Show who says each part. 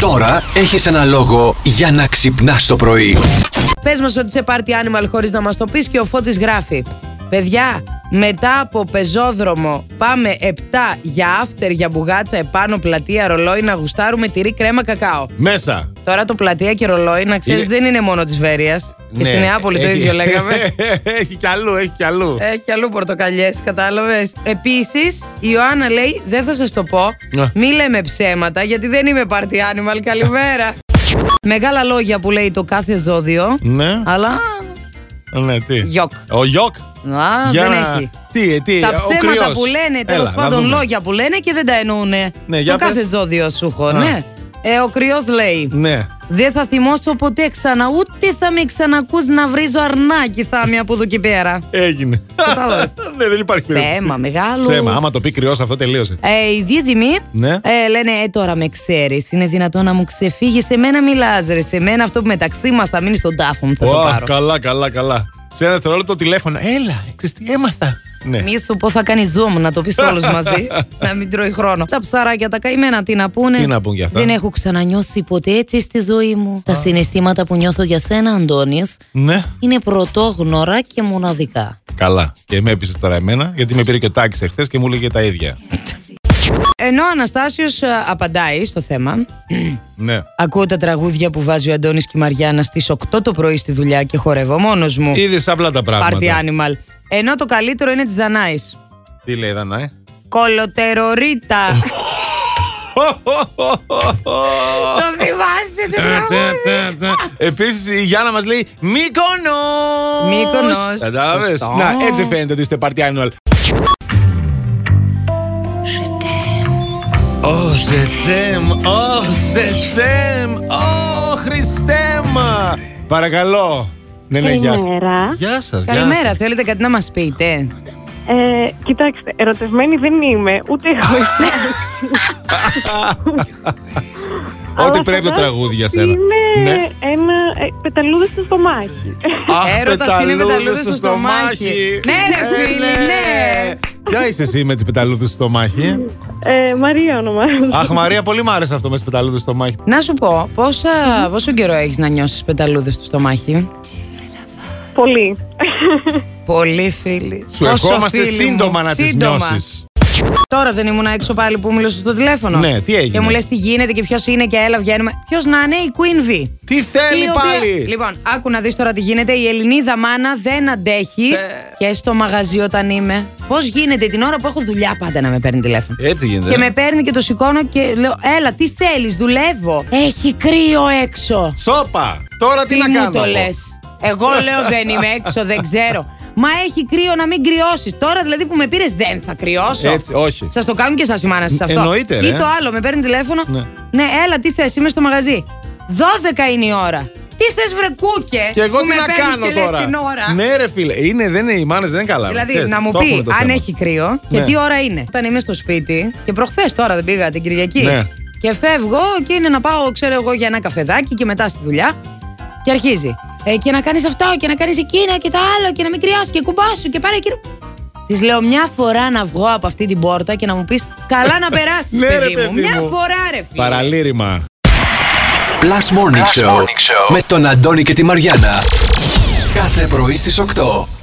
Speaker 1: Τώρα έχεις ένα λόγο για να ξυπνάς το πρωί.
Speaker 2: Πες μας ότι είσαι party animal χωρίς να μας το πεις και ο Φώτης γράφει. Παιδιά, μετά από πεζόδρομο πάμε 7 για after για μπουγάτσα επάνω πλατεία ρολόι να γουστάρουμε τυρί κρέμα κακάο.
Speaker 3: Μέσα.
Speaker 2: Τώρα το πλατεία και ρολόι, να ξέρεις,
Speaker 3: Είναι- Ναι. Ε,
Speaker 2: δεν είναι μόνο της Βέρειας. Και στην Νεάπολη το
Speaker 3: έχει-
Speaker 2: ίδιο λέγαμε. Ε,
Speaker 3: έχει κι αλλού, έχει κι αλλού.
Speaker 2: Έχει και αλλού πορτοκαλιές, κατάλαβες. Επίσης, η Ιωάννα λέει: Δεν θα σας το πω.
Speaker 3: Ναι.
Speaker 2: Μη λέμε ψέματα, γιατί δεν είμαι party animal. Καλημέρα. Μεγάλα λόγια που λέει το κάθε ζώδιο.
Speaker 3: Ναι,
Speaker 2: Αλλά.
Speaker 3: ναι, τι.
Speaker 2: Γιοκ.
Speaker 3: Ο Γιώκ.
Speaker 2: Α,
Speaker 3: Για
Speaker 2: δεν
Speaker 3: να-
Speaker 2: έχει.
Speaker 3: Τι, ε, τι,
Speaker 2: Τα
Speaker 3: ο
Speaker 2: ψέματα
Speaker 3: κρυός.
Speaker 2: που λένε, τέλος
Speaker 3: Έλα, να
Speaker 2: πάντων
Speaker 3: δούμε.
Speaker 2: λόγια που λένε και δεν τα εννοούνε.
Speaker 3: Ναι,
Speaker 2: το
Speaker 3: για πες.
Speaker 2: κάθε ζώδιο σου έχω,
Speaker 3: Α.
Speaker 2: ναι. Ε, ο κρυός λέει.
Speaker 3: Ναι.
Speaker 2: Δεν θα θυμώσω ποτέ ξανά, ούτε θα με ξανακούς να βρίζω αρνάκι θα είμαι από εδώ και πέρα.
Speaker 3: Έγινε.
Speaker 2: Κατάλαβες.
Speaker 3: ναι, δεν υπάρχει περίπτωση.
Speaker 2: Θέμα μεγάλο.
Speaker 3: Ψέμα. Άμα το πει κρυός, αυτό τελείωσε.
Speaker 2: Ε, οι δίδυμοι
Speaker 3: Ναι.
Speaker 2: ε, λένε «Ε, τώρα με ξέρεις, είναι δυνατόν να μου ξεφύγεις, σε μένα μιλάς ρε, σε μένα αυτό που μεταξύ μας θα μείνει στον τάφο μου, θα το
Speaker 3: Ωα,
Speaker 2: πάρω.
Speaker 3: καλά, καλά, καλά. Σε ένα δευτερόλεπτο τηλέφωνο. Έλα, ξέρεις τι έμαθα. Ναι.
Speaker 2: Μη σου πω θα κάνεις zoom να το πεις όλους μαζί, να μην τρώει χρόνο. Τα ψαράκια τα καημένα τι να πούνε.
Speaker 3: Τι να πούν για αυτά.
Speaker 2: Δεν έχω ξανανιώσει ποτέ έτσι στη ζωή μου. Τα συναισθήματα που νιώθω για σένα, Αντώνης,
Speaker 3: Ναι.
Speaker 2: είναι πρωτόγνωρα και μοναδικά.
Speaker 3: Καλά. Και με έπεισες τώρα εμένα, γιατί με πήρε και ο Τάκης εχθές και μου λέγε τα ίδια.
Speaker 2: Ενώ ο Αναστάσιος ε, απαντάει στο θέμα,
Speaker 3: ναι.
Speaker 2: ακούω τα τραγούδια που βάζει ο Αντώνης και η Μαριάννα στις 8 το πρωί στη δουλειά και χορεύω μόνος μου.
Speaker 3: Είδες απλά τα πράγματα.
Speaker 2: Party Animal. Ενώ το καλύτερο είναι της Δανάης.
Speaker 3: Τι λέει, Δανάη.
Speaker 2: Κολοτερορίτα. το θυμάσαι, δεν
Speaker 3: Ε,
Speaker 2: θυμάσαι.
Speaker 3: Επίσης η Γιάννα μας λέει Μήκονος!
Speaker 2: Μύκονος.
Speaker 3: Κατάλαβες.
Speaker 2: Σωστό.
Speaker 3: Να, έτσι φαίνεται ότι είστε party annual. Ω ζετέμ, ω ζετέμ, ω Χριστέμ. Παρακαλώ. Ναι, ναι, γεια σας.
Speaker 4: Καλημέρα.
Speaker 3: Γεια σας,
Speaker 2: Καλημέρα, θέλετε κάτι να μας πείτε.
Speaker 4: Ε, κοιτάξτε, ερωτευμένη δεν είμαι, ούτε εγώ.
Speaker 3: Ό,τι
Speaker 4: Αλλά
Speaker 3: πρέπει το
Speaker 4: φαντάζομαι
Speaker 3: τραγούδι για
Speaker 4: ότι
Speaker 3: σένα. Ναι.
Speaker 4: Είναι ένα ε, πεταλούδα στο στομάχι.
Speaker 3: Αχ,
Speaker 2: Έρωτας είναι
Speaker 3: πεταλούδες
Speaker 2: πεταλούδες στο στομάχι. Ναι, ρε,
Speaker 3: Ε,
Speaker 2: φίλη, ναι.
Speaker 3: Ποια είσαι εσύ με τις πεταλούδες στο μάχη. ε?
Speaker 4: Ε, Μαρία ονομάζομαι.
Speaker 3: Αχ, Μαρία, πολύ μ' άρεσε αυτό με τις πεταλούδες στο μάχη.
Speaker 2: Να σου πω, πόσα, πόσο καιρό έχεις να νιώσεις πεταλούδες στο στομάχι.
Speaker 4: Πολύ.
Speaker 2: Πολύ φίλοι.
Speaker 3: Σου
Speaker 2: Πόσο
Speaker 3: ευχόμαστε
Speaker 2: φίλοι μου.
Speaker 3: σύντομα να τις
Speaker 2: Σύντομα.
Speaker 3: νιώσεις.
Speaker 2: Τώρα δεν ήμουν έξω πάλι που μιλούσα στο τηλέφωνο.
Speaker 3: Ναι, τι έγινε?
Speaker 2: Και μου λες τι γίνεται και ποιος είναι και έλα βγαίνουμε. Ποιος να είναι η Queen V.
Speaker 3: Τι θέλει
Speaker 2: Η οποία-
Speaker 3: πάλι.
Speaker 2: Λοιπόν, άκου να δεις τώρα τι γίνεται. Η Ελληνίδα μάνα δεν αντέχει.
Speaker 3: Ε.
Speaker 2: Και στο μαγαζί όταν είμαι. Πώς γίνεται την ώρα που έχω δουλειά πάντα να με παίρνει τηλέφωνο.
Speaker 3: Έτσι γίνεται.
Speaker 2: Και με παίρνει και το σηκώνω και λέω: Έλα, τι θέλεις, δουλεύω. Έχει κρύο έξω.
Speaker 3: Σόπα! Τώρα τι,
Speaker 2: Τι
Speaker 3: να
Speaker 2: μου
Speaker 3: κάνω.
Speaker 2: το
Speaker 3: εγώ?
Speaker 2: λες. Εγώ λέω δεν είμαι έξω, δεν ξέρω. Μα έχει κρύο να μην κρυώσεις. Τώρα δηλαδή που με πήρες, δεν θα κρυώσω.
Speaker 3: Έτσι, όχι.
Speaker 2: Σας το κάνουν και σας ημάνα σε αυτό.
Speaker 3: Εννοείται,
Speaker 2: Ή
Speaker 3: ρε.
Speaker 2: το άλλο, με παίρνει τηλέφωνο.
Speaker 3: Ναι.
Speaker 2: έλα, τι θες, είμαι στο μαγαζί. 12 είναι η ώρα. Τι θες, βρε κούκε.
Speaker 3: Και εγώ
Speaker 2: που
Speaker 3: τι
Speaker 2: με
Speaker 3: να
Speaker 2: παίρνεις
Speaker 3: κάνω
Speaker 2: και λες
Speaker 3: τώρα.
Speaker 2: την ώρα.
Speaker 3: Ναι, ρε φίλε. Είναι, δεν είναι, οι μάνες δεν είναι καλά.
Speaker 2: Δηλαδή,
Speaker 3: Ξέρεις,
Speaker 2: να μου
Speaker 3: το έχουμε
Speaker 2: πει
Speaker 3: το
Speaker 2: αν
Speaker 3: θέμα.
Speaker 2: έχει κρύο και
Speaker 3: Ναι.
Speaker 2: τι ώρα είναι. Όταν είμαι στο σπίτι και προχθές τώρα δεν πήγα την Κυριακή.
Speaker 3: Ναι.
Speaker 2: Και φεύγω και είναι να πάω, ξέρω εγώ, για ένα καφεδάκι και μετά στη δουλειά. Και αρχίζει. Ε, και να κάνεις αυτό και να κάνεις εκείνο και το άλλο και να μην κρυώσεις και κουμπάς σου και πάρε εκείνο. Της λέω μια φορά να βγω από αυτή την πόρτα και να μου πεις καλά να περάσεις,
Speaker 3: Ναι, ρε,
Speaker 2: παιδί, μου.
Speaker 3: παιδί
Speaker 2: Μια
Speaker 3: μου.
Speaker 2: φορά, ρε φίλε.
Speaker 3: Παραλήρημα.
Speaker 1: Plus Morning, Show, με τον Αντώνη και τη Μαριάνα. Κάθε πρωί στις 8.